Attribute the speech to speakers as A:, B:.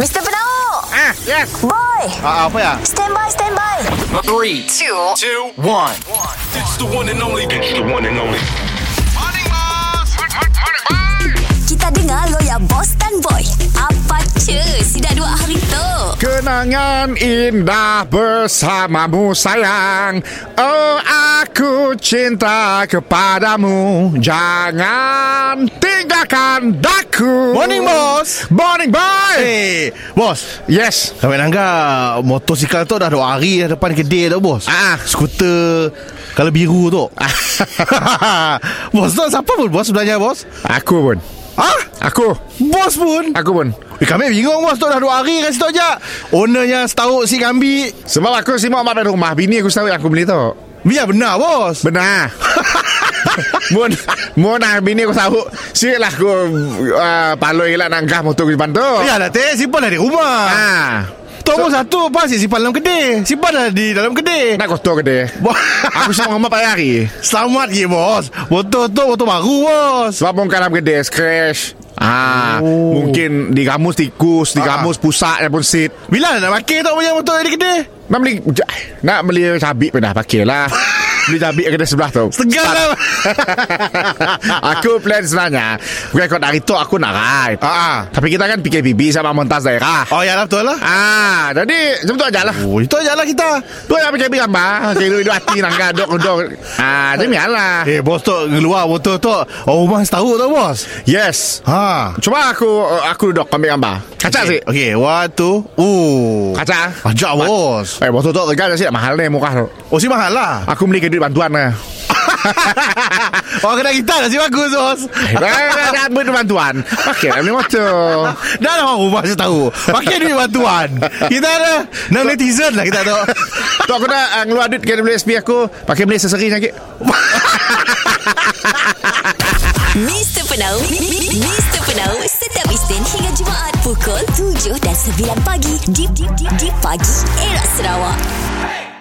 A: Mr. Penau!
B: Ah, yes.
A: Boy!
B: Ah, apa ya?
A: Stand by, stand by!
C: Three, two, two, one.
D: It's the one and only. It's the one and only.
A: Kita dengar lo ya, boss dan boy. Apa cuy? Sudah dua hari tu.
B: Kenangan indah bersamamu sayang Oh aku cinta kepadamu Jangan tinggalkan daku
E: Morning, boss.
B: Morning boy
E: Eh, bos.
B: Yes
E: Kami nanggap motosikal tu dah dua hari dah depan kedai tu, bos.
B: Ah.
E: Skuter kalau biru tu.
B: Ah.
E: bos tu siapa pun bos sebenarnya, bos?
B: Aku pun
E: Ah,
B: Aku
E: bos pun.
B: Aku pun
E: Eh, kami bingung bos tu dah dua hari kat situ je. Ownernya setahun si kambi.
B: Sebab aku simak mak dari rumah Bini aku setahu yang aku beli tu
E: Biar benar, bos.
B: Benar Mun Mun ah bini aku tahu Sikit lah aku uh, Paloi lah nanggah motor ke depan tu
E: Ya lah teh simpan dah di rumah.
B: Ah,
E: Tu bos satu pasti simpan dalam kedai. Simpan dah di dalam kedai.
B: Nak kotor ke dia Aku sama rumah pagi hari
E: Selamat ye bos. Motor tu motor baru bos.
B: Sebab pun kalam ke dia Scratch Ah, oh. Mungkin di kamus tikus Di
E: Ah.
B: kamus pusat Ataupun seat
E: Bila nak pakai tak punya motor dari kedai?
B: Nak beli Nak beli cabik pun dah pakai lah Beli cabik kedai sebelah tu
E: Segan lah
B: Aku plan sebenarnya Bukan kau dari tu Aku nak ride
E: Ah.
B: Tapi kita kan PKPB Sama montas daerah
E: Oh ya lah betul lah
B: Ah, Jadi Macam tu aja lah
E: Oh itu aja lah kita
B: Tu yang PKB gambar Saya hidup hati Nangka dok-dok Ah, Macam ni lah
E: Eh bos tu keluar motor tu Oh rumah setahun tu bos
B: Yes
E: Ha
B: Cuba aku Aku duduk ambil gambar Kacak sih
E: Okay one two Oh
B: Kacak
E: Ajak bos
B: Eh, botol tu tegal sih mahal ni murah tu.
E: Oh si mahal lah
B: Aku beli kredit bantuan lah.
E: Orang kena kita lah si bagus bos
B: Eh, dah dah beli bantuan. Okey, dah beli motor.
E: Dah lah orang rumah setahun Pakai duit bantuan Kita ada Nak netizen lah kita tu
B: Tu aku dah uh, ngeluar duit kena beli SP aku, pakai beli seseri sakit.
A: Mr. Penau Mr. Penau Setiap Isnin hingga Jumaat Pukul 7 dan 9 pagi Di, di, di, di pagi Era Sarawak